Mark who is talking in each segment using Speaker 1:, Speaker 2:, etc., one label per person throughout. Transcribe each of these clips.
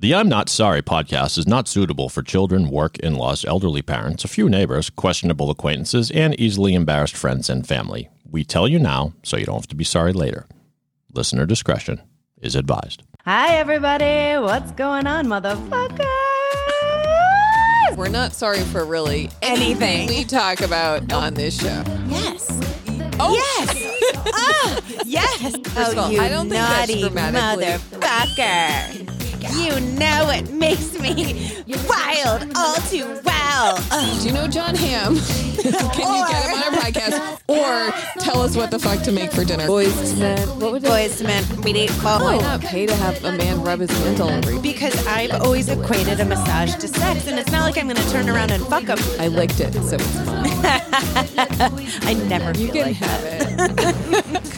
Speaker 1: The I'm Not Sorry podcast is not suitable for children, work, in laws, elderly parents, a few neighbors, questionable acquaintances, and easily embarrassed friends and family. We tell you now so you don't have to be sorry later. Listener discretion is advised.
Speaker 2: Hi, everybody. What's going on, motherfuckers?
Speaker 3: We're not sorry for really
Speaker 4: Anything.
Speaker 3: we talk about on this show.
Speaker 4: Yes.
Speaker 3: Oh,
Speaker 4: Yes. oh, yes.
Speaker 3: First of all,
Speaker 4: Oh, you
Speaker 3: I don't think that's
Speaker 4: naughty
Speaker 3: grammatically-
Speaker 4: motherfucker. You know what makes me wild all too well. Ugh.
Speaker 3: Do you know John Hamm? Can you get him on our podcast or tell us what the fuck to make for dinner? Boys men. What would
Speaker 4: Boys to men, we need
Speaker 3: Why
Speaker 4: oh.
Speaker 3: not pay to have a man rub his mental every?
Speaker 4: Because I've always equated a massage to sex, and it's not like I'm going to turn around and fuck him.
Speaker 3: I liked it, so it's mine.
Speaker 4: I never
Speaker 3: You
Speaker 4: feel
Speaker 3: can
Speaker 4: like
Speaker 3: have it.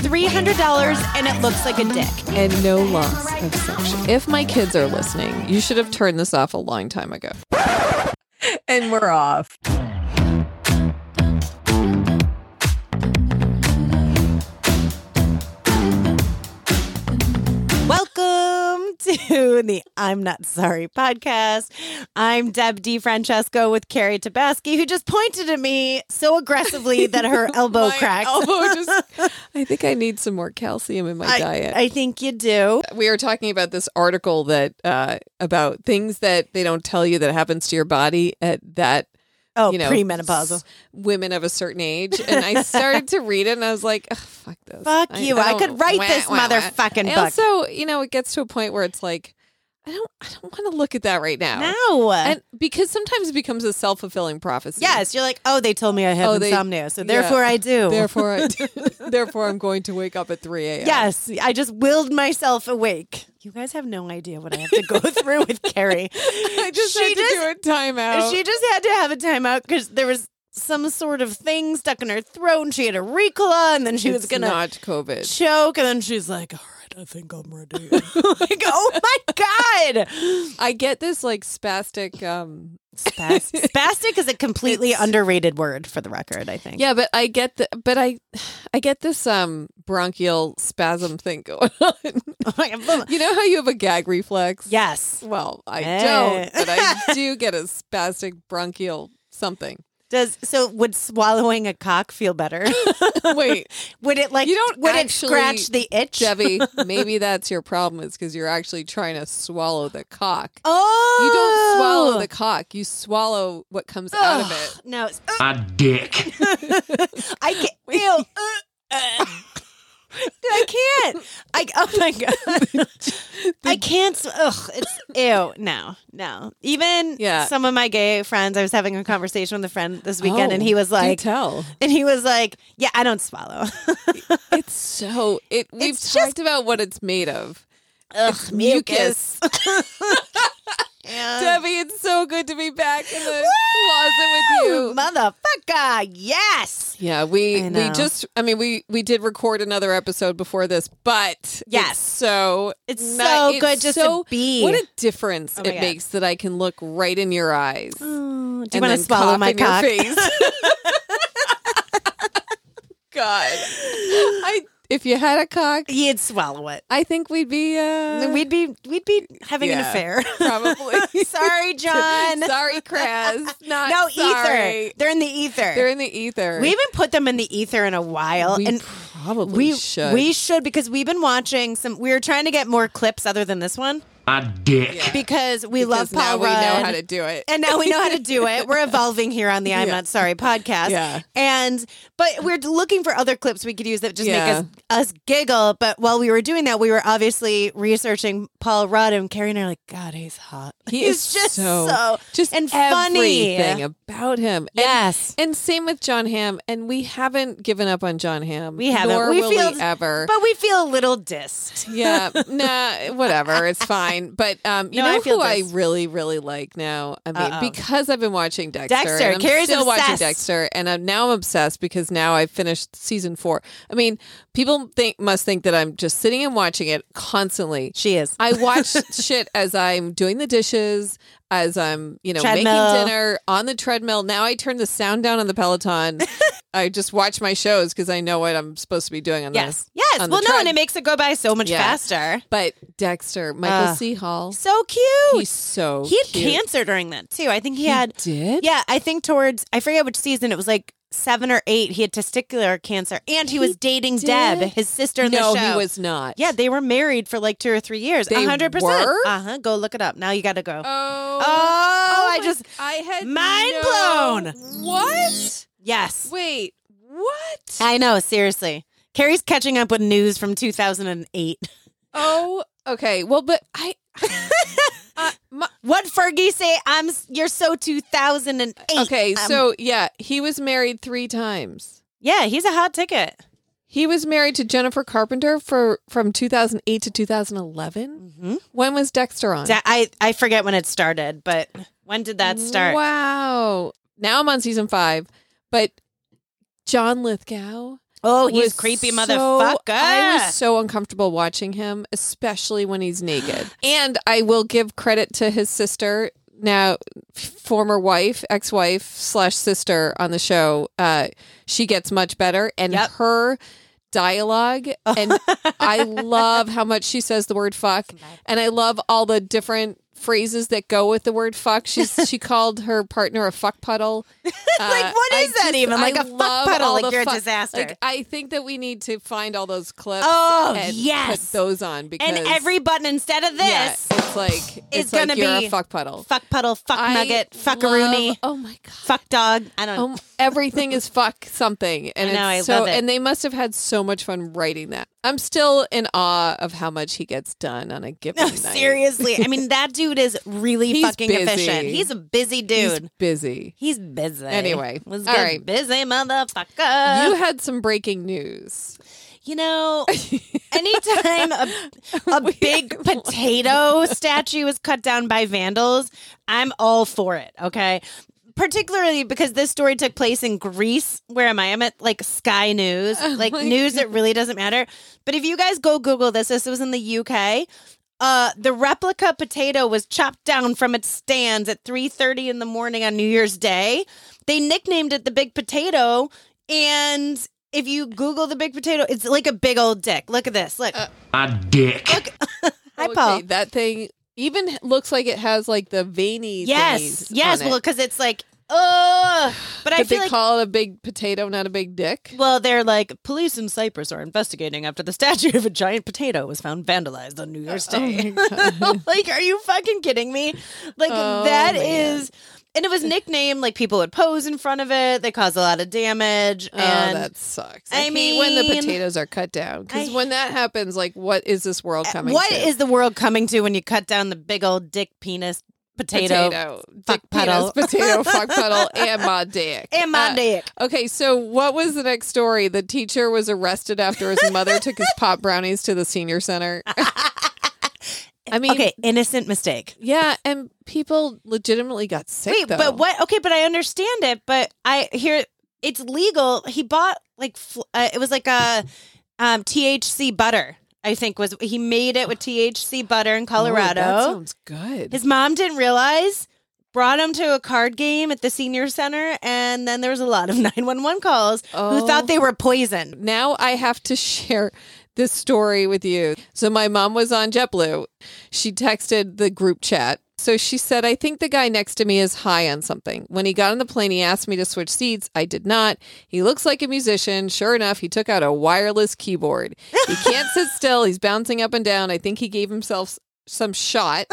Speaker 4: $300 and it looks like a dick.
Speaker 3: and no loss of section. If my kids are listening, you should have turned this off a long time ago.
Speaker 5: and we're off.
Speaker 4: Welcome to the I'm Not Sorry podcast. I'm Deb DiFrancesco with Carrie Tabaski, who just pointed at me so aggressively that her elbow
Speaker 3: My
Speaker 4: cracked.
Speaker 3: elbow just- I think I need some more calcium in my
Speaker 4: I,
Speaker 3: diet.
Speaker 4: I think you do.
Speaker 3: we were talking about this article that uh, about things that they don't tell you that happens to your body at that
Speaker 4: Oh,
Speaker 3: you know
Speaker 4: premenopausal.
Speaker 3: s- women of a certain age, and I started to read it, and I was like, "Ugh, "Fuck this!
Speaker 4: Fuck you. I
Speaker 3: don't-
Speaker 4: could write this motherfucking
Speaker 3: I
Speaker 4: book.
Speaker 3: Also, you know, it gets to a point where it's like, I don't, I don't want to look at that right now.
Speaker 4: No.
Speaker 3: uh, and because sometimes it becomes a self fulfilling prophecy.
Speaker 4: yes, you're like, oh, they told me I have
Speaker 3: Oh, they-
Speaker 4: insomnia, so
Speaker 3: yeah.
Speaker 4: therefore I do.
Speaker 3: Therefore, I, therefore, I'm going to wake up at 3 a.m.
Speaker 4: Yes, I just willed myself awake. You guys have no idea what I have to go through with Carrie.
Speaker 3: I just
Speaker 4: She
Speaker 3: had to do a timeout.
Speaker 4: She just had to have a timeout because there was some sort of thing stuck in her throat, and she had a Ricola, and then she was
Speaker 3: It's
Speaker 4: gonna
Speaker 3: not COVID.
Speaker 4: choke, and then she's like, "All right, I think I'm ready." like, oh my god,
Speaker 3: I get this like spastic. um
Speaker 4: Spas- spastic is a completely
Speaker 3: It's-
Speaker 4: underrated word for the record. I think.
Speaker 3: Yeah, but I get the, but I, I get this um bronchial spasm thing going on. You know how you have a gag reflex?
Speaker 4: yes.
Speaker 3: Well, I
Speaker 4: Hey.
Speaker 3: don't, but I do get a spastic bronchial something.
Speaker 4: Does so? Would swallowing a cock feel better?
Speaker 3: Wait,
Speaker 4: would it like?
Speaker 3: You don't
Speaker 4: Would it
Speaker 3: actually-
Speaker 4: scratch the itch?
Speaker 3: Debbie, maybe that's your problem is because you're actually trying to swallow the cock.
Speaker 4: oh,
Speaker 3: You don't swallow the cock. You swallow what comes out of it.
Speaker 4: No, it's-
Speaker 6: a dick.
Speaker 4: I can't. Ew. Uh, uh. Dude, I can't. I oh my god. I can't. s- Ugh. It's ew. No, no. Even
Speaker 3: Yeah.
Speaker 4: some of my gay friends. I was having a conversation with a friend this weekend, and
Speaker 3: Oh,
Speaker 4: he was
Speaker 3: do
Speaker 4: like,
Speaker 3: "Tell."
Speaker 4: and he was like, yeah, I don't swallow.
Speaker 3: It's so. It. We've
Speaker 4: It's just-
Speaker 3: talked about what it's made of.
Speaker 4: Ugh,
Speaker 3: mucus.
Speaker 4: Yeah.
Speaker 3: Debbie, it's so good to be back in the closet with
Speaker 4: Woo,
Speaker 3: you.
Speaker 4: motherfucker. Yes.
Speaker 3: Yeah,
Speaker 4: I
Speaker 3: we we
Speaker 4: know.
Speaker 3: just I mean we we did record another episode before this, but it's
Speaker 4: Yes.
Speaker 3: so
Speaker 4: It's
Speaker 3: ni-
Speaker 4: so good just to
Speaker 3: so,
Speaker 4: be.
Speaker 3: What a difference
Speaker 4: Oh my
Speaker 3: it
Speaker 4: God.
Speaker 3: makes that I can look right in your eyes.
Speaker 4: Oh, do you
Speaker 3: and
Speaker 4: want to
Speaker 3: then
Speaker 4: swallow
Speaker 3: cough
Speaker 4: my
Speaker 3: in your
Speaker 4: cock?
Speaker 3: face. God, I if you had a cock,
Speaker 4: You'd swallow it.
Speaker 3: I think we'd be uh,
Speaker 4: we'd be we'd be having an
Speaker 3: yeah,
Speaker 4: affair.
Speaker 3: probably.
Speaker 4: Sorry, John.
Speaker 3: sorry, Chris. Not
Speaker 4: no
Speaker 3: sorry.
Speaker 4: ether. They're in the ether.
Speaker 3: They're in the ether.
Speaker 4: we haven't put them in the ether in a while,
Speaker 3: We
Speaker 4: and
Speaker 3: probably
Speaker 4: we
Speaker 3: should.
Speaker 4: we should because we've been watching some. We were trying to get more clips other than this one
Speaker 6: A dick.
Speaker 4: because we love
Speaker 3: Because now
Speaker 4: Paul
Speaker 3: we know
Speaker 4: Rudd,
Speaker 3: how to do it.
Speaker 4: and now we know how to do it. We're evolving here on the I'm
Speaker 3: Yeah.
Speaker 4: Not Sorry podcast,
Speaker 3: Yeah.
Speaker 4: and but we're looking for other clips we could use that just
Speaker 3: Yeah.
Speaker 4: make us us giggle. But while we were doing that, we were obviously researching Paul Rudd, and Carrie and I are like, God, he's hot.
Speaker 3: He
Speaker 4: He's
Speaker 3: is
Speaker 4: just
Speaker 3: so,
Speaker 4: so-
Speaker 3: just
Speaker 4: and funny.
Speaker 3: everything about him. And-
Speaker 4: Yes.
Speaker 3: and, same with John Hamm. And we haven't given up on John Hamm.
Speaker 4: We haven't.
Speaker 3: Nor
Speaker 4: We
Speaker 3: will
Speaker 4: feel-
Speaker 3: we ever.
Speaker 4: But we feel a little dissed.
Speaker 3: yeah, nah, whatever. It's fine. But um, you
Speaker 4: No, I
Speaker 3: know
Speaker 4: feel
Speaker 3: who
Speaker 4: this.
Speaker 3: I really, really like now. I mean,
Speaker 4: Uh-oh.
Speaker 3: because I've been watching Dexter. and
Speaker 4: Dexter.
Speaker 3: I'm
Speaker 4: Carrie's
Speaker 3: still watching
Speaker 4: obsessed.
Speaker 3: Dexter, and I'm now I'm obsessed because now I've finished season four. I mean, people think must think that I'm just sitting and watching it constantly.
Speaker 4: She is.
Speaker 3: I watch shit as I'm doing the dishes, as I'm, you know,
Speaker 4: Treadmill.
Speaker 3: making dinner on the treadmill. Now I turn the sound down on the Peloton I just watch my shows because I know what I'm supposed to be doing on
Speaker 4: Yes.
Speaker 3: this.
Speaker 4: Yes.
Speaker 3: on the
Speaker 4: Well, no,
Speaker 3: tread.
Speaker 4: and it makes it go by so much
Speaker 3: Yeah.
Speaker 4: faster.
Speaker 3: But Dexter, Michael
Speaker 4: Ah.
Speaker 3: C. Hall,
Speaker 4: So cute.
Speaker 3: he's so
Speaker 4: he had
Speaker 3: cute.
Speaker 4: cancer during that too. I think he
Speaker 3: He
Speaker 4: had
Speaker 3: did.
Speaker 4: Yeah, I think towards I forget which season it was like seven or eight. He had testicular cancer, and he,
Speaker 3: He
Speaker 4: was dating
Speaker 3: did?
Speaker 4: Deb, his sister in
Speaker 3: no,
Speaker 4: the show.
Speaker 3: he was not.
Speaker 4: Yeah, they were married for like two or three years.
Speaker 3: They
Speaker 4: hundred percent.
Speaker 3: were?
Speaker 4: Uh huh. Go look it up now. You got to go. Oh,
Speaker 3: Oh, oh,
Speaker 4: I
Speaker 3: my-
Speaker 4: just
Speaker 3: I had
Speaker 4: mind
Speaker 3: no-
Speaker 4: blown.
Speaker 3: What?
Speaker 4: yes.
Speaker 3: Wait, what?
Speaker 4: I know. Seriously, Carrie's catching up with news from two thousand and eight.
Speaker 3: oh, okay. Well, but I. Uh, my,
Speaker 4: What Fergie say? I'm. s- You're so two thousand and eight.
Speaker 3: okay,
Speaker 4: Um,
Speaker 3: so yeah, he was married three times.
Speaker 4: yeah, he's a hot ticket.
Speaker 3: He was married to Jennifer Carpenter for from 2008 to 2011.
Speaker 4: Mm-hmm.
Speaker 3: When was Dexter on?
Speaker 4: I I forget when it started, but when did that start?
Speaker 3: Wow. Now I'm on season five, but John Lithgow.
Speaker 4: Oh, he's
Speaker 3: was
Speaker 4: creepy
Speaker 3: so-
Speaker 4: motherfucker.
Speaker 3: I was so uncomfortable watching him, especially when he's naked. And I will give credit to his sister, now former wife, ex-wife slash sister on the show. Uh, she gets much better, and
Speaker 4: Yep.
Speaker 3: her dialogue and I love how much she says the word fuck, and I love all the different phrases that go with the word fuck. She's she called her partner a fuck puddle. Uh,
Speaker 4: like, what is that even? Like
Speaker 3: a
Speaker 4: a fuck puddle. Like you're a disaster.
Speaker 3: Like I think that we need to find all those clips.
Speaker 4: Oh,
Speaker 3: and
Speaker 4: yes.
Speaker 3: put those on because
Speaker 4: and every button instead of
Speaker 3: yeah,
Speaker 4: this,
Speaker 3: it's like it's
Speaker 4: gonna
Speaker 3: like you're
Speaker 4: be
Speaker 3: a fuck puddle.
Speaker 4: fuck puddle, fuck
Speaker 3: I
Speaker 4: nugget, fuckaroony,
Speaker 3: love- Oh my god.
Speaker 4: fuck dog. I don't. know.
Speaker 3: Um, everything is fuck something, and
Speaker 4: I know,
Speaker 3: it's
Speaker 4: I
Speaker 3: so.
Speaker 4: love it.
Speaker 3: And they must have had so much fun writing that. I'm still in awe of how much he gets done on a given
Speaker 4: No,
Speaker 3: night.
Speaker 4: seriously. I mean, that dude is really
Speaker 3: He's
Speaker 4: fucking efficient.
Speaker 3: busy.
Speaker 4: He's a busy
Speaker 3: He's
Speaker 4: dude.
Speaker 3: busy.
Speaker 4: He's, busy.
Speaker 3: Anyway,
Speaker 4: was
Speaker 3: all
Speaker 4: good
Speaker 3: right.
Speaker 4: busy motherfucker.
Speaker 3: you had some breaking news.
Speaker 4: You know, anytime a, a
Speaker 3: We-
Speaker 4: big potato statue is cut down by vandals, I'm all for it. Okay. Particularly because this story took place in Greece. Where am I? I'm at like Sky News, like
Speaker 3: Oh my
Speaker 4: news that really doesn't matter. But if you guys go Google this, this was in the UK. Uh, the replica potato was chopped down from its stands at 3.30 in the morning on new year's day they nicknamed it the big potato and if you google the big potato it's like a big old dick look at this
Speaker 3: Uh,
Speaker 4: look
Speaker 6: A dick.
Speaker 4: hi
Speaker 3: Okay,
Speaker 4: paul
Speaker 3: That thing even looks like it has like the veiny.
Speaker 4: yes
Speaker 3: thingies
Speaker 4: yes
Speaker 3: on it.
Speaker 4: well because it's like ugh but i
Speaker 3: But they
Speaker 4: feel like
Speaker 3: call it a big potato, not a big dick.
Speaker 4: well, they're like, police in Cyprus are investigating after the statue of a giant potato was found vandalized on New Year's
Speaker 3: Oh
Speaker 4: Day. like, are you fucking kidding me? Like,
Speaker 3: Oh,
Speaker 4: that is,
Speaker 3: man.
Speaker 4: And it was nicknamed, like, people would pose in front of it. They caused a lot of damage.
Speaker 3: Oh,
Speaker 4: and
Speaker 3: that sucks.
Speaker 4: I
Speaker 3: I, hate when the
Speaker 4: mean-
Speaker 3: potatoes are cut down because
Speaker 4: I- Uh,
Speaker 3: when that happens, like, what is this world coming?
Speaker 4: What
Speaker 3: to?
Speaker 4: is the world coming to when you cut down the big old dick penis potato,
Speaker 3: dick
Speaker 4: fuck puddle.
Speaker 3: penis, potato fuck puddle, and my dick,
Speaker 4: and my
Speaker 3: Uh,
Speaker 4: dick?
Speaker 3: Okay, so what was the next story? The teacher was arrested after his mother took his pop brownies to the senior center. I mean,
Speaker 4: okay, innocent mistake.
Speaker 3: yeah, and people legitimately got sick.
Speaker 4: Wait,
Speaker 3: though.
Speaker 4: but what? Okay, but I understand it. But I hear it's legal. He bought like fl- uh, it was like a um, THC butter. I think was he made it with THC butter in Colorado.
Speaker 3: Oh, that sounds good.
Speaker 4: His mom didn't realize, brought him to a card game at the senior center, and then there was a lot of 911 calls who
Speaker 3: Oh.
Speaker 4: thought they were poisoned.
Speaker 3: now I have to share this story with you. So my mom was on JetBlue. She texted the group chat. So she said, I think the guy next to me is high on something. When he got on the plane, he asked me to switch seats. I did not. He looks like a musician. Sure enough, he took out a wireless keyboard. He can't sit still. He's bouncing up and down. I think he gave himself some shot.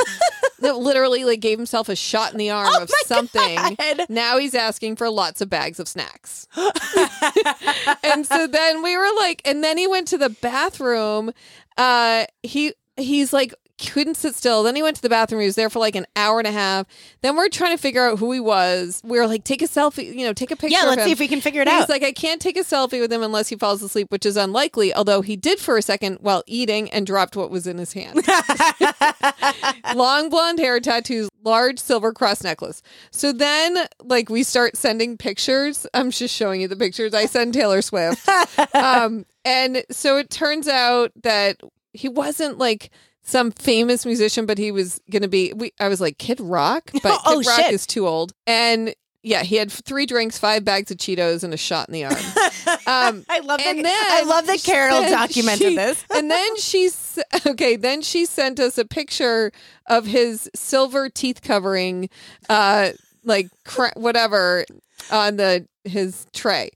Speaker 3: that literally like gave himself a shot in the arm of something.
Speaker 4: God.
Speaker 3: Now he's asking for lots of bags of snacks. and so then we were like, and then he went to the bathroom. Uh, he he's like couldn't sit still. Then he went to the bathroom. He was there for like an hour and a half. Then we're trying to figure out who he was. We were like, take a selfie, you know, take a picture.
Speaker 4: Yeah,
Speaker 3: of
Speaker 4: let's
Speaker 3: him.
Speaker 4: see if we can figure it
Speaker 3: He's
Speaker 4: out.
Speaker 3: like, I can't take a selfie with him unless he falls asleep, which is unlikely. Although he did for a second while eating and dropped what was in his hand. Long blonde hair, tattoos, large silver cross necklace. So then, like, we start sending pictures. I'm just showing you the pictures. I send Taylor Swift. um, and so it turns out that he wasn't like some famous musician, but he was going to be. We, I was like Kid Rock, but
Speaker 4: Oh,
Speaker 3: Kid Rock
Speaker 4: shit.
Speaker 3: is too old. And Yeah, he had three drinks, five bags of Cheetos, and a shot in the arm. Um,
Speaker 4: I love that.
Speaker 3: and
Speaker 4: I
Speaker 3: then
Speaker 4: love that
Speaker 3: she
Speaker 4: Carol
Speaker 3: said
Speaker 4: documented
Speaker 3: she-
Speaker 4: this.
Speaker 3: and then she s- okay then she sent us a picture of his silver teeth covering uh like cra- whatever on the his tray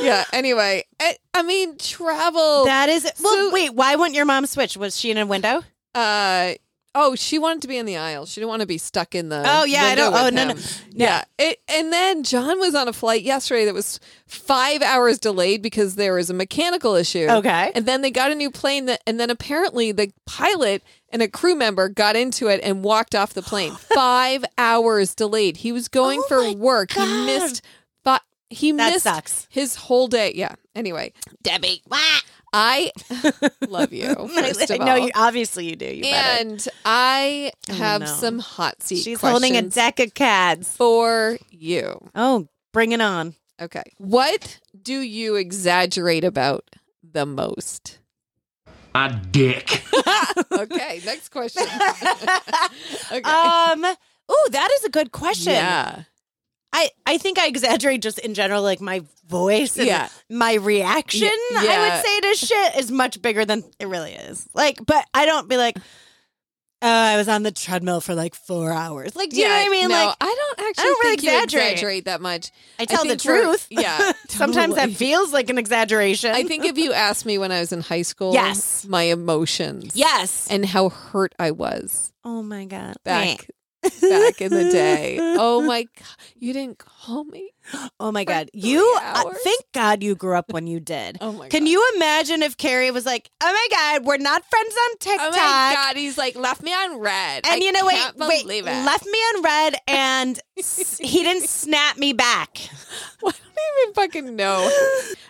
Speaker 3: yeah anyway i, I mean travel
Speaker 4: That is well.
Speaker 3: Oh, So-
Speaker 4: wait, why wouldn't your mom switch? Was she in a window?
Speaker 3: uh oh she wanted to be in the aisle she didn't want to be stuck in the
Speaker 4: Oh, yeah, I
Speaker 3: window
Speaker 4: don't- oh,
Speaker 3: with
Speaker 4: no, no.
Speaker 3: him. yeah it, and then john was on a flight yesterday that was five hours delayed because there was a mechanical issue
Speaker 4: Okay.
Speaker 3: And then they got a new plane that, and then apparently the pilot and a crew member got into it and walked off the plane. Five hours delayed. He was going
Speaker 4: Oh my
Speaker 3: for work.
Speaker 4: God.
Speaker 3: He missed, but he
Speaker 4: That
Speaker 3: missed
Speaker 4: sucks.
Speaker 3: his whole day. Yeah. Anyway,
Speaker 4: Debbie, wah.
Speaker 3: I love you. First
Speaker 4: I
Speaker 3: of
Speaker 4: know
Speaker 3: all.
Speaker 4: you. Obviously, you do. You better.
Speaker 3: and I
Speaker 4: Oh,
Speaker 3: have
Speaker 4: no.
Speaker 3: some hot seat.
Speaker 4: She's holding a
Speaker 3: questions
Speaker 4: deck of cads.
Speaker 3: for you.
Speaker 4: Oh, bring it on.
Speaker 3: Okay. What do you exaggerate about the most?
Speaker 6: My dick.
Speaker 3: okay. Next question. okay.
Speaker 4: Um. Oh, that is a good question.
Speaker 3: Yeah.
Speaker 4: I I think I exaggerate just in general, like my voice and
Speaker 3: Yeah.
Speaker 4: my reaction.
Speaker 3: Y-
Speaker 4: I
Speaker 3: yeah.
Speaker 4: would say to shit is much bigger than it really is. Like, but I don't be like, oh, I was on the treadmill for like four hours. Like, do you know what I mean?
Speaker 3: No,
Speaker 4: like,
Speaker 3: I don't actually
Speaker 4: don't really
Speaker 3: think you
Speaker 4: exaggerate.
Speaker 3: exaggerate that much.
Speaker 4: I tell the
Speaker 3: think we're-
Speaker 4: truth.
Speaker 3: Yeah.
Speaker 4: sometimes that
Speaker 3: totally.
Speaker 4: feels like an exaggeration.
Speaker 3: I think if you asked me when I was in high school,
Speaker 4: Yes.
Speaker 3: my emotions,
Speaker 4: yes.
Speaker 3: and how hurt I was
Speaker 4: oh my god.
Speaker 3: back back in the day. Oh my god, you didn't call me.
Speaker 4: Oh my
Speaker 3: for
Speaker 4: god.
Speaker 3: three
Speaker 4: You uh,
Speaker 3: hours?
Speaker 4: thank God you grew up when you did.
Speaker 3: Oh my
Speaker 4: Can
Speaker 3: god.
Speaker 4: you imagine if Carrie was like, "Oh my god, we're not friends on
Speaker 3: Oh
Speaker 4: TikTok."
Speaker 3: my god, he's like left me on red.
Speaker 4: And
Speaker 3: I
Speaker 4: you know, wait,
Speaker 3: can't
Speaker 4: wait,
Speaker 3: believe it.
Speaker 4: left me on red, and s- he didn't snap me back.
Speaker 3: I don't even fucking know.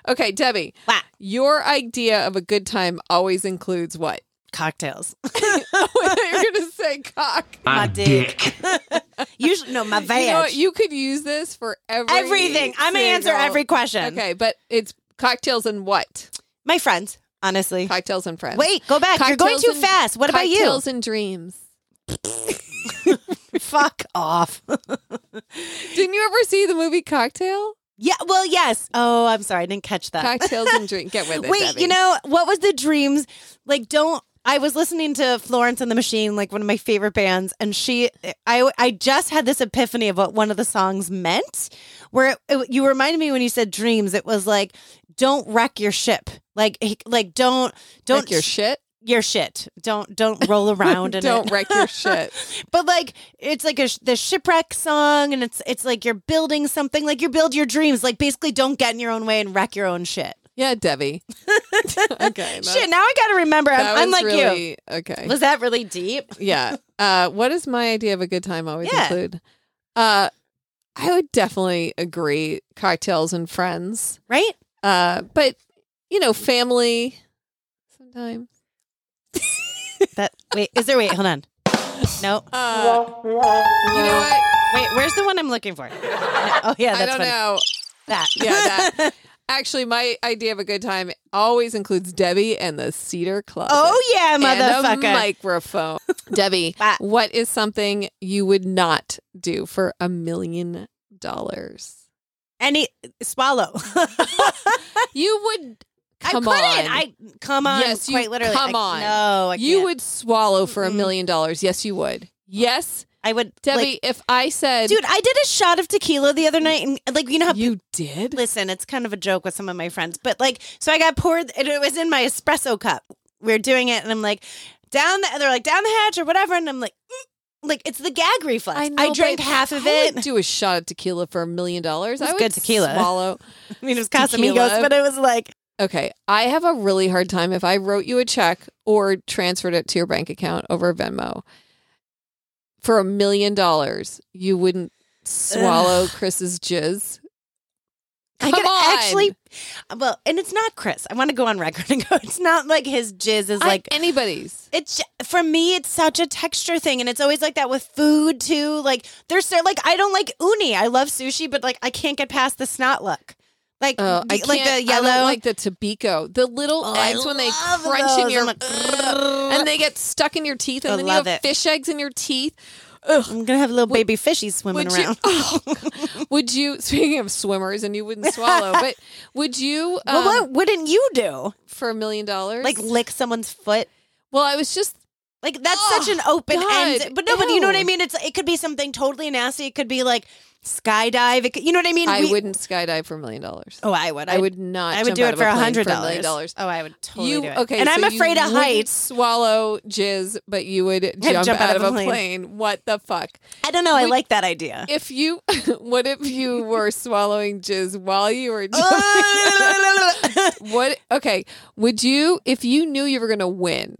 Speaker 3: Okay, Debbie,
Speaker 4: Wow.
Speaker 3: your idea of a good time always includes what?
Speaker 4: Cocktails.
Speaker 3: You're gonna say cock.
Speaker 6: My
Speaker 4: My dick.
Speaker 6: dick.
Speaker 4: Usually, no, my veg.
Speaker 3: You know what? You could use this for every
Speaker 4: Everything. I'm gonna answer
Speaker 3: single-
Speaker 4: every question.
Speaker 3: Okay, but it's cocktails and what?
Speaker 4: My friends, honestly.
Speaker 3: Cocktails and friends.
Speaker 4: Wait, go back. You're going
Speaker 3: Cocktails
Speaker 4: too
Speaker 3: and-
Speaker 4: fast. What about you?
Speaker 3: Cocktails and dreams.
Speaker 4: Fuck off.
Speaker 3: Didn't you ever see the movie Cocktail?
Speaker 4: yeah. Well, yes. Oh, I'm sorry. I didn't catch that.
Speaker 3: Cocktails and dreams. Get with it.
Speaker 4: Wait,
Speaker 3: Debbie.
Speaker 4: you know what was the dreams? Like, don't. I was listening to Florence and the Machine, like one of my favorite bands, and she, I, I just had this epiphany of what one of the songs meant. Where it, it- you reminded me when you said dreams, it was like, don't wreck your ship, like, he- like don't, don't
Speaker 3: Wreck your shit.
Speaker 4: your shit, don't, don't roll around in
Speaker 3: Don't
Speaker 4: it.
Speaker 3: wreck your shit.
Speaker 4: But like, it's like a sh- the shipwreck song, and it's it's like you're building something, like you build your dreams, like basically don't get in your own way and wreck your own shit.
Speaker 3: Yeah, Debbie. okay. that-
Speaker 4: Shit, now I got to remember.
Speaker 3: that
Speaker 4: I'm,
Speaker 3: was
Speaker 4: I'm like you.
Speaker 3: really, Okay.
Speaker 4: Was that really deep?
Speaker 3: yeah. Uh, what does my idea of a good time always
Speaker 4: Yeah.
Speaker 3: include? Uh, I would definitely agree. Cocktails and friends.
Speaker 4: Right?
Speaker 3: Uh, but you know, family sometimes.
Speaker 4: That wait, is there wait, hold on. No.
Speaker 3: Uh, you know what?
Speaker 4: Wait, where's the one I'm looking for? No, Oh yeah, that's
Speaker 3: I don't
Speaker 4: funny.
Speaker 3: know.
Speaker 4: That.
Speaker 3: Yeah, that. Actually, my idea of a good time always includes Debbie and the Cedar Club.
Speaker 4: oh yeah,
Speaker 3: And the
Speaker 4: motherfucker.
Speaker 3: microphone. Debbie,
Speaker 4: Bah.
Speaker 3: what is something you would not do for a million dollars?
Speaker 4: Any swallow.
Speaker 3: You would.
Speaker 4: I
Speaker 3: Come
Speaker 4: couldn't.
Speaker 3: on.
Speaker 4: I come on.
Speaker 3: Yes, you-
Speaker 4: quite literally. I-
Speaker 3: come on.
Speaker 4: No, I
Speaker 3: you
Speaker 4: can't.
Speaker 3: would swallow for a
Speaker 4: Mm-mm.
Speaker 3: million dollars. Yes, you would. Yes,
Speaker 4: I would.
Speaker 3: Debbie.
Speaker 4: like-
Speaker 3: if I said,
Speaker 4: dude, I did a shot of tequila the other night, and like you know how
Speaker 3: you did.
Speaker 4: listen, it's kind of a joke with some of my friends, but like, so I got poured, and it was in my espresso cup. We are doing it, and I'm like, down the, they're like, down the hatch or whatever, and I'm like, "Mm." like it's the gag reflex. I,
Speaker 3: know,
Speaker 4: drank
Speaker 3: but
Speaker 4: half of
Speaker 3: I
Speaker 4: it.
Speaker 3: would do a shot of tequila for a million dollars.
Speaker 4: It's
Speaker 3: I would
Speaker 4: good tequila.
Speaker 3: Swallow.
Speaker 4: I mean, it was
Speaker 3: tequila.
Speaker 4: Casamigos, but it was like,
Speaker 3: Okay, I have a really hard time if I wrote you a check or transferred it to your bank account over Venmo for a million dollars. You wouldn't swallow Chris's jizz.
Speaker 4: I
Speaker 3: Come
Speaker 4: could
Speaker 3: on.
Speaker 4: actually, well, and it's not Chris. I want to go on record and go. It's not like his jizz is like.
Speaker 3: like anybody's.
Speaker 4: it's for me. It's such a texture thing, and it's always like that with food too. Like there's so like I don't like uni. I love sushi, but like I can't get past the snot look. Like,
Speaker 3: Oh,
Speaker 4: d-
Speaker 3: I
Speaker 4: like
Speaker 3: can't-
Speaker 4: the
Speaker 3: I
Speaker 4: yellow.
Speaker 3: don't like the Tabiko. The little
Speaker 4: Oh, I
Speaker 3: eggs when they
Speaker 4: love
Speaker 3: crunch in
Speaker 4: those.
Speaker 3: your
Speaker 4: I'm like, "Grrr."
Speaker 3: and they get stuck in your teeth, and
Speaker 4: I
Speaker 3: then
Speaker 4: love
Speaker 3: you have
Speaker 4: it.
Speaker 3: fish eggs in your teeth. Ugh.
Speaker 4: I'm gonna have little baby fishies swimming
Speaker 3: Would you,
Speaker 4: around.
Speaker 3: oh, God. would you? Speaking of swimmers, and you wouldn't swallow, but would you?
Speaker 4: well,
Speaker 3: um,
Speaker 4: what wouldn't you do?
Speaker 3: for a million dollars?
Speaker 4: Like lick someone's foot?
Speaker 3: well, I was just
Speaker 4: Like that's
Speaker 3: Oh,
Speaker 4: such an open
Speaker 3: God,
Speaker 4: end. But no, but you know what I
Speaker 3: ew.
Speaker 4: mean. It's it could be something totally nasty. It could be like skydive. It could, you know what I mean?
Speaker 3: I
Speaker 4: We-
Speaker 3: wouldn't skydive for a million dollars.
Speaker 4: Oh, I would.
Speaker 3: I would not.
Speaker 4: I would
Speaker 3: jump
Speaker 4: do
Speaker 3: out
Speaker 4: it
Speaker 3: of
Speaker 4: for
Speaker 3: a
Speaker 4: a
Speaker 3: plane
Speaker 4: hundred
Speaker 3: for a million dollars.
Speaker 4: dollars. Oh, I would totally
Speaker 3: you
Speaker 4: do it.
Speaker 3: okay?
Speaker 4: And I'm
Speaker 3: so you
Speaker 4: afraid of
Speaker 3: wouldn't
Speaker 4: heights.
Speaker 3: Swallow jizz, but you would jump, out, of, a plane. What the fuck?
Speaker 4: I don't know. I
Speaker 3: Would-
Speaker 4: like that idea.
Speaker 3: If you, what if you were swallowing jizz while you were doing? what? Okay, would you, if you knew you were going to win,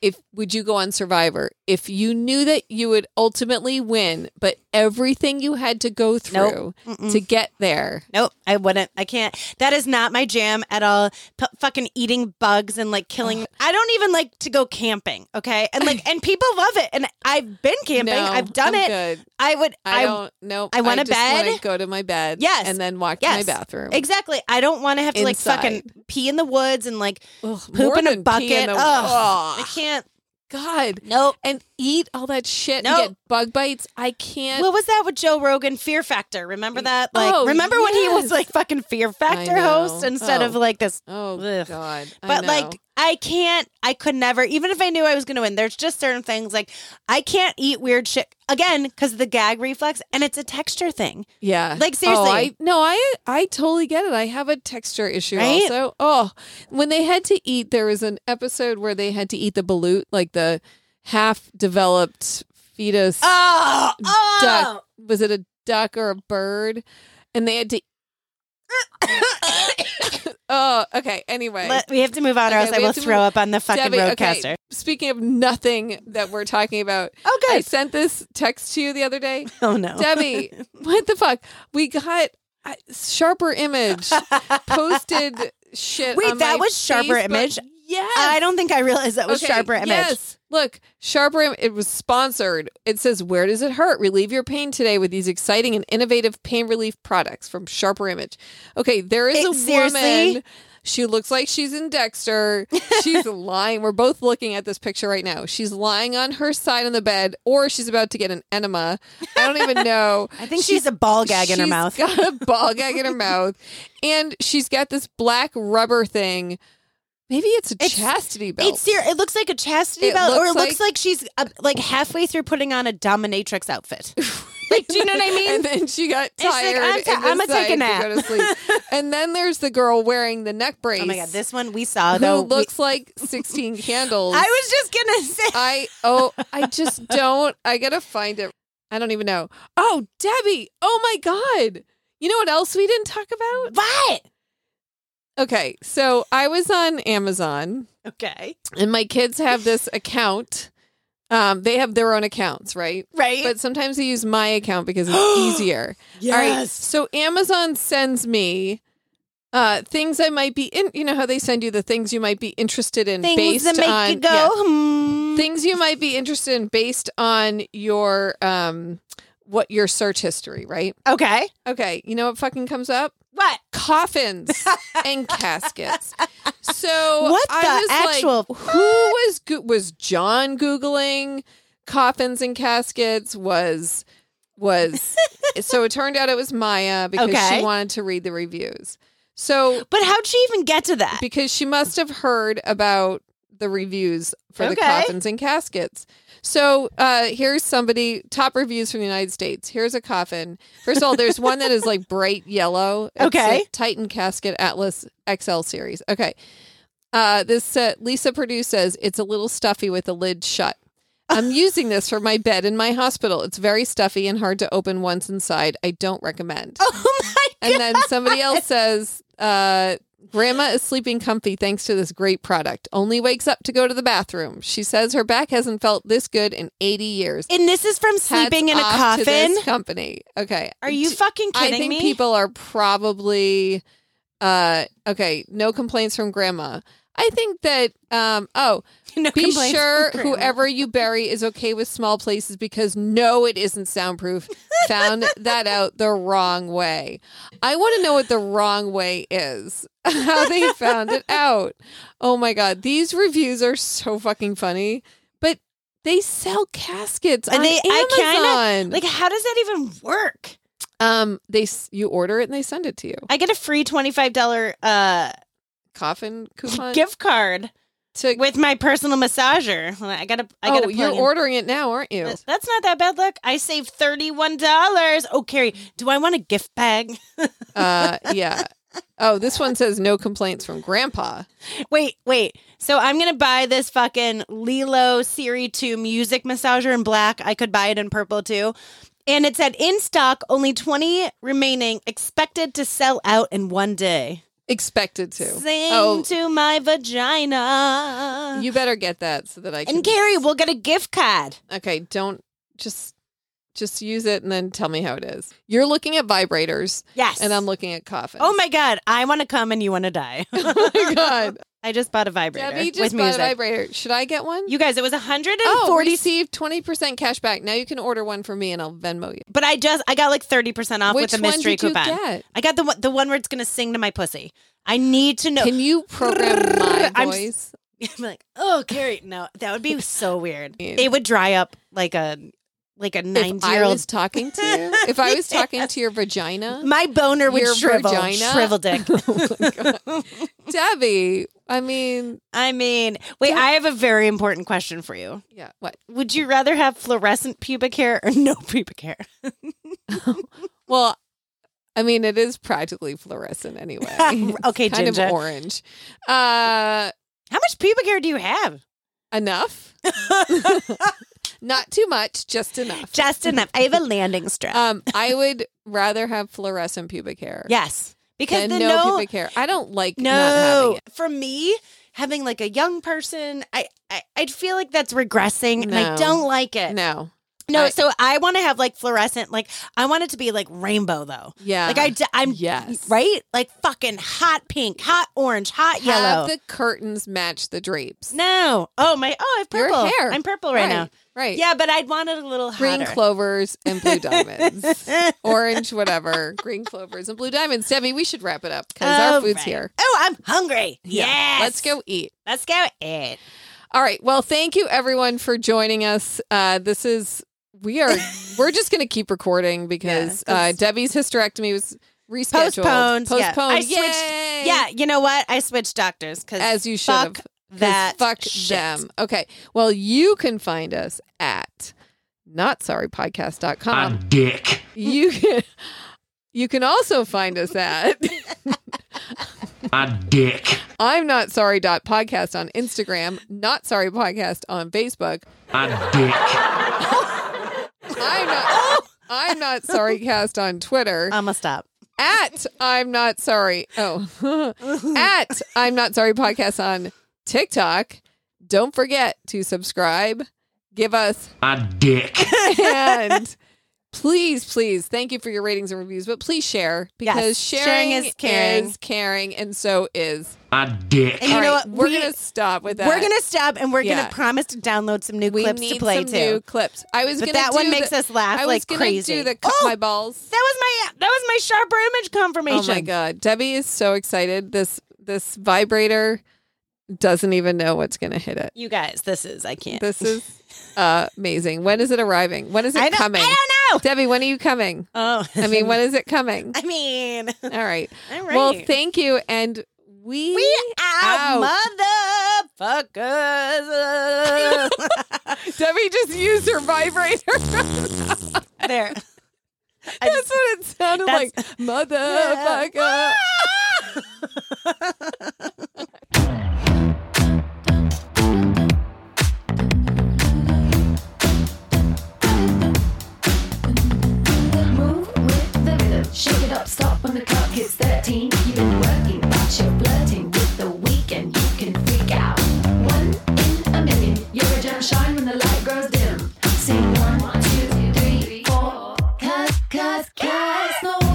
Speaker 3: if would you go on Survivor? If you knew that you would ultimately win, but everything you had to go through
Speaker 4: Mm-mm.
Speaker 3: to get there,
Speaker 4: Nope, I wouldn't. I can't. That is not my jam at all. P- fucking eating bugs and like killing. I don't even like to go camping. Okay, and like and people love it. And I've been camping.
Speaker 3: No,
Speaker 4: I've done
Speaker 3: I'm
Speaker 4: it.
Speaker 3: good.
Speaker 4: I would. I,
Speaker 3: I, don't know.
Speaker 4: I want a bed.
Speaker 3: Go to my bed.
Speaker 4: Yes.
Speaker 3: and then walk
Speaker 4: Yes.
Speaker 3: to my bathroom.
Speaker 4: Exactly. I don't want to have to like
Speaker 3: Inside.
Speaker 4: fucking pee in the woods and like
Speaker 3: Ugh,
Speaker 4: poop
Speaker 3: more
Speaker 4: in a
Speaker 3: than pee
Speaker 4: bucket.
Speaker 3: in the-
Speaker 4: Ugh, I
Speaker 3: Ugh,
Speaker 4: can't.
Speaker 3: God.
Speaker 4: Nope.
Speaker 3: and eat all that shit
Speaker 4: No.
Speaker 3: and get bug bites. I can't.
Speaker 4: What was that with Joe Rogan? Fear Factor. Remember that? Like,
Speaker 3: Oh,
Speaker 4: remember when he was
Speaker 3: yes.
Speaker 4: like fucking Fear Factor
Speaker 3: know.
Speaker 4: host instead
Speaker 3: Oh.
Speaker 4: of like this?
Speaker 3: oh
Speaker 4: Ugh.
Speaker 3: God! I
Speaker 4: But
Speaker 3: know.
Speaker 4: like, I can't. I could never. Even if I knew I was going to win, there's just certain things like I can't eat weird shit again because of the gag reflex, and it's a texture thing.
Speaker 3: yeah,
Speaker 4: like, seriously.
Speaker 3: Oh, I, no, I I totally get it. I have a texture issue
Speaker 4: Right?
Speaker 3: also. Oh, when they had to eat, there was an episode where they had to eat the balut, like the half developed fetus
Speaker 4: Oh, oh.
Speaker 3: duck. Was it a duck or a bird? And they had to. oh, okay. Anyway,
Speaker 4: Let- we have to move on, or
Speaker 3: Okay,
Speaker 4: else I
Speaker 3: we
Speaker 4: will
Speaker 3: have to
Speaker 4: throw
Speaker 3: move-
Speaker 4: up on the fucking
Speaker 3: Debbie,
Speaker 4: roadcaster.
Speaker 3: okay. Speaking of nothing that we're talking about,
Speaker 4: Oh,
Speaker 3: I
Speaker 4: good.
Speaker 3: sent this text to you the other day.
Speaker 4: oh no,
Speaker 3: Debbie, what the fuck? We got uh, sharper image posted shit.
Speaker 4: Wait,
Speaker 3: on
Speaker 4: that
Speaker 3: my
Speaker 4: was Sharper
Speaker 3: Facebook.
Speaker 4: Image?
Speaker 3: Yes.
Speaker 4: I don't think I realized that was
Speaker 3: Okay,
Speaker 4: sharper image.
Speaker 3: Yes. Look, Sharper Im- it was sponsored. It says, Where does it hurt? Relieve your pain today with these exciting and innovative pain relief products from Sharper Image. Okay, there is
Speaker 4: It-
Speaker 3: a
Speaker 4: seriously?
Speaker 3: woman. She looks like she's in Dexter. She's lying. We're both looking at this picture right now. She's lying on her side on the bed, or she's about to get an enema. I don't even know.
Speaker 4: I think she's a ball gag in her
Speaker 3: She's
Speaker 4: mouth.
Speaker 3: got a ball gag in her mouth, and she's got this black rubber thing. Maybe it's a
Speaker 4: It's-
Speaker 3: chastity belt.
Speaker 4: It's ser- it looks like a chastity
Speaker 3: It
Speaker 4: belt, or it
Speaker 3: looks
Speaker 4: looks
Speaker 3: like-
Speaker 4: like she's uh, like halfway through putting on a dominatrix outfit. like, do you know what I mean?
Speaker 3: And then she got
Speaker 4: It's like,
Speaker 3: tired.
Speaker 4: I'm ti-
Speaker 3: and
Speaker 4: I'ma take a
Speaker 3: decided to go to sleep. and then there's the girl wearing the neck brace.
Speaker 4: oh my god, this one we saw
Speaker 3: who
Speaker 4: though. we-
Speaker 3: looks like 16 candles.
Speaker 4: I was just gonna say.
Speaker 3: I oh I just don't. I gotta find it. I don't even know. Oh Debbie. Oh my god. You know what else we didn't talk about?
Speaker 4: What?
Speaker 3: Okay, so I was on Amazon.
Speaker 4: Okay.
Speaker 3: and my kids have this account. Um, they have their own accounts, right?
Speaker 4: Right.
Speaker 3: But sometimes they use my account because it's easier. So Amazon sends me uh, things I might be in. You know how they send you the things you might be interested in
Speaker 4: Things
Speaker 3: based
Speaker 4: that make
Speaker 3: on
Speaker 4: you go.
Speaker 3: Yeah.
Speaker 4: hmm.
Speaker 3: things you might be interested in based on your um, what your search history, right?
Speaker 4: Okay.
Speaker 3: Okay, you know what fucking comes up?
Speaker 4: What?
Speaker 3: coffins and caskets. So
Speaker 4: What
Speaker 3: I
Speaker 4: the
Speaker 3: was like,
Speaker 4: actual
Speaker 3: who was go- was John googling coffins and caskets? Was was so it turned out it was Maya because
Speaker 4: Okay.
Speaker 3: she wanted to read the reviews. So
Speaker 4: But how'd she even get to that?
Speaker 3: because she must have heard about the reviews for the
Speaker 4: Okay.
Speaker 3: coffins and caskets. So uh, here's somebody top reviews from the United States. Here's a coffin. First of all, there's one that is like bright yellow. It's
Speaker 4: Okay.
Speaker 3: a Titan Casket Atlas XL series. Okay. Uh, this uh, Lisa Purdue says it's a little stuffy with the lid shut. I'm using this for my bed in my hospital. It's very stuffy and hard to open once inside. I don't recommend.
Speaker 4: Oh my god.
Speaker 3: And then somebody else says, uh, Grandma is sleeping comfy thanks to this great product. Only wakes up to go to the bathroom. She says her back hasn't felt this good in 80 years.
Speaker 4: And this is from sleeping in
Speaker 3: Hats
Speaker 4: a
Speaker 3: off to
Speaker 4: coffin.
Speaker 3: this company. Okay.
Speaker 4: Are you
Speaker 3: D-
Speaker 4: fucking
Speaker 3: I
Speaker 4: kidding
Speaker 3: think
Speaker 4: me?
Speaker 3: people are probably. Uh, okay. No complaints from Grandma. I think that um oh
Speaker 4: No
Speaker 3: be
Speaker 4: complaints
Speaker 3: sure
Speaker 4: from grandma.
Speaker 3: whoever you bury is okay with small places because no, it isn't soundproof. Found that out the wrong way. I want to know what the wrong way is. How they found it out. Oh my god, these reviews are so fucking funny. But they sell caskets
Speaker 4: And
Speaker 3: on
Speaker 4: they- I kinda-
Speaker 3: Amazon.
Speaker 4: Like, how does that even work?
Speaker 3: um, they s- you order it and they send it to you.
Speaker 4: I get a free twenty-five dollar uh,
Speaker 3: Coffin coupon
Speaker 4: gift card
Speaker 3: to
Speaker 4: with my personal massager. Hold on, I gotta, I
Speaker 3: oh,
Speaker 4: gotta.
Speaker 3: you're
Speaker 4: plug in.
Speaker 3: ordering it now, aren't you?
Speaker 4: That's that's not that bad. Look, I saved thirty-one dollars. Oh, Carrie, do I want a gift bag?
Speaker 3: Uh, yeah. Oh, this one says no complaints from Grandpa.
Speaker 4: Wait, wait. So I'm gonna buy this fucking Lilo Siri 2 music massager in black. I could buy it in purple too. And it said in stock, only 20 remaining, expected to sell out in one day.
Speaker 3: Expected to.
Speaker 4: Sing
Speaker 3: Oh,
Speaker 4: to my vagina.
Speaker 3: you better get that so that I can.
Speaker 4: and Carrie, we'll get a gift card.
Speaker 3: okay, don't just just use it and then tell me how it is. You're looking at vibrators,
Speaker 4: Yes.
Speaker 3: and I'm looking at coffins.
Speaker 4: Oh my God, I want to come and you want to die.
Speaker 3: Oh my god,
Speaker 4: I just bought a vibrator
Speaker 3: Debbie just
Speaker 4: with
Speaker 3: bought
Speaker 4: music.
Speaker 3: a vibrator. Should I get one?
Speaker 4: you guys, it was 140
Speaker 3: oh, receive twenty percent cash back. Now you can order one for me, and I'll Venmo you.
Speaker 4: but I just I got like 30% off
Speaker 3: Which
Speaker 4: with the
Speaker 3: one
Speaker 4: mystery
Speaker 3: did you
Speaker 4: coupon.
Speaker 3: get?
Speaker 4: I got the one- the one where it's gonna sing to my pussy. I need to know.
Speaker 3: Can you program my
Speaker 4: I'm s-
Speaker 3: voice?
Speaker 4: I'm like, oh, Carrie, no, that would be so weird.
Speaker 3: Yeah.
Speaker 4: They would dry up like a like a
Speaker 3: If
Speaker 4: ninety
Speaker 3: I
Speaker 4: year old.
Speaker 3: was talking to you, if I was talking to your vagina,
Speaker 4: My boner would
Speaker 3: your
Speaker 4: shrivel,
Speaker 3: vagina? Oh
Speaker 4: shrivel dick.
Speaker 3: Debbie, I mean,
Speaker 4: I mean, wait, I have a very important question for you.
Speaker 3: yeah, what?
Speaker 4: Would you rather have fluorescent pubic hair or no pubic hair?
Speaker 3: Well, I mean, it is practically fluorescent anyway. It's
Speaker 4: Okay,
Speaker 3: kind
Speaker 4: Ginger.
Speaker 3: of orange. Uh,
Speaker 4: How much pubic hair do you have?
Speaker 3: enough, not too much, just enough.
Speaker 4: Just enough. I have a landing strip.
Speaker 3: Um, I would rather have fluorescent pubic hair.
Speaker 4: yes, because the
Speaker 3: than no,
Speaker 4: no
Speaker 3: pubic hair. I don't like not having
Speaker 4: No,
Speaker 3: it.
Speaker 4: for me, having like a young person, I I, I feel like that's regressing, and I
Speaker 3: No.
Speaker 4: don't like it. No,
Speaker 3: No, I-
Speaker 4: so I want to have like fluorescent, like I want it to be like rainbow though.
Speaker 3: yeah,
Speaker 4: Like I, d- I'm
Speaker 3: yes,
Speaker 4: right, like fucking hot pink, hot orange, hot
Speaker 3: Have
Speaker 4: yellow.
Speaker 3: the curtains match the drapes.
Speaker 4: no, oh my, oh I have
Speaker 3: Your
Speaker 4: purple.
Speaker 3: hair.
Speaker 4: I'm purple right, now.
Speaker 3: right?
Speaker 4: Yeah, but I'd want it a little
Speaker 3: green
Speaker 4: hotter.
Speaker 3: clovers and blue diamonds. Orange, whatever, green clovers and blue diamonds. Debbie, we should wrap it up because our
Speaker 4: All
Speaker 3: food's
Speaker 4: right.
Speaker 3: here.
Speaker 4: Oh, I'm hungry.
Speaker 3: Yeah.
Speaker 4: Yes.
Speaker 3: Let's go eat.
Speaker 4: Let's go eat.
Speaker 3: All right. Well, thank you everyone for joining us. Uh, this is we are we're just gonna keep recording because
Speaker 4: Yeah, 'cause-
Speaker 3: uh, Debbie's hysterectomy was rescheduled.
Speaker 4: Postponed. Yeah.
Speaker 3: Postponed.
Speaker 4: I switched-
Speaker 3: Yay!
Speaker 4: Yeah, you know what? I switched doctors because
Speaker 3: As you should have.
Speaker 4: fuck
Speaker 3: 'Cause
Speaker 4: that
Speaker 3: fuck
Speaker 4: shit.
Speaker 3: them. Okay. Well, you can find us at not sorry
Speaker 6: A
Speaker 3: podcast.com.
Speaker 6: dick.
Speaker 3: You can you can also find us at
Speaker 6: A dick.
Speaker 3: I'm not sorry dot podcast on Instagram, not sorry podcast on Facebook.
Speaker 6: A dick.
Speaker 3: I'm not I'm not sorry cast on Twitter.
Speaker 4: I'm gonna stop.
Speaker 3: at I'm not sorry. Oh. at I'm not sorry podcast on TikTok. Don't forget to subscribe, give us
Speaker 6: A dick.
Speaker 3: and please, please, thank you for your ratings and reviews, but please share because
Speaker 4: Yes, sharing
Speaker 3: sharing,
Speaker 4: is caring.
Speaker 3: is caring and so is.
Speaker 6: A dick.
Speaker 4: And you
Speaker 3: All
Speaker 4: know
Speaker 3: right,
Speaker 4: what?
Speaker 3: We're
Speaker 4: We-
Speaker 3: gonna stop with that.
Speaker 4: We're gonna stop and we're
Speaker 3: Yeah.
Speaker 4: gonna promise to download some new
Speaker 3: we
Speaker 4: clips
Speaker 3: need
Speaker 4: to play
Speaker 3: some
Speaker 4: too.
Speaker 3: new clips. I was
Speaker 4: but
Speaker 3: gonna
Speaker 4: that one
Speaker 3: do
Speaker 4: makes
Speaker 3: the-
Speaker 4: us laugh
Speaker 3: I was
Speaker 4: like
Speaker 3: gonna
Speaker 4: crazy.
Speaker 3: do the cut
Speaker 4: oh,
Speaker 3: my balls.
Speaker 4: that was my that was my sharper image confirmation.
Speaker 3: Oh my god, Debbie is so excited. This this vibrator doesn't even know what's going to hit it.
Speaker 4: You guys, this is I can't.
Speaker 3: This is uh, amazing. When is it arriving? When is it
Speaker 4: I don't,
Speaker 3: coming?
Speaker 4: I don't know.
Speaker 3: Debbie, when are you coming?
Speaker 4: Oh,
Speaker 3: I mean, when is it coming?
Speaker 4: I mean,
Speaker 3: All right.
Speaker 4: all right.
Speaker 3: Well, thank you, and we.
Speaker 4: we out, motherfuckers.
Speaker 3: Debbie just used her vibrator.
Speaker 4: there. I
Speaker 3: That's what it sounded
Speaker 4: That's- Ah!
Speaker 3: like. Motherfucker.
Speaker 7: Move with the rhythm, shake it up, stop when the clock hits 13. You've been working, but you're flirting with the weekend. You can freak out. One in a million, you're a gem shine when the light grows dim. Sing one, two, three, four. Cause, cause, cause, no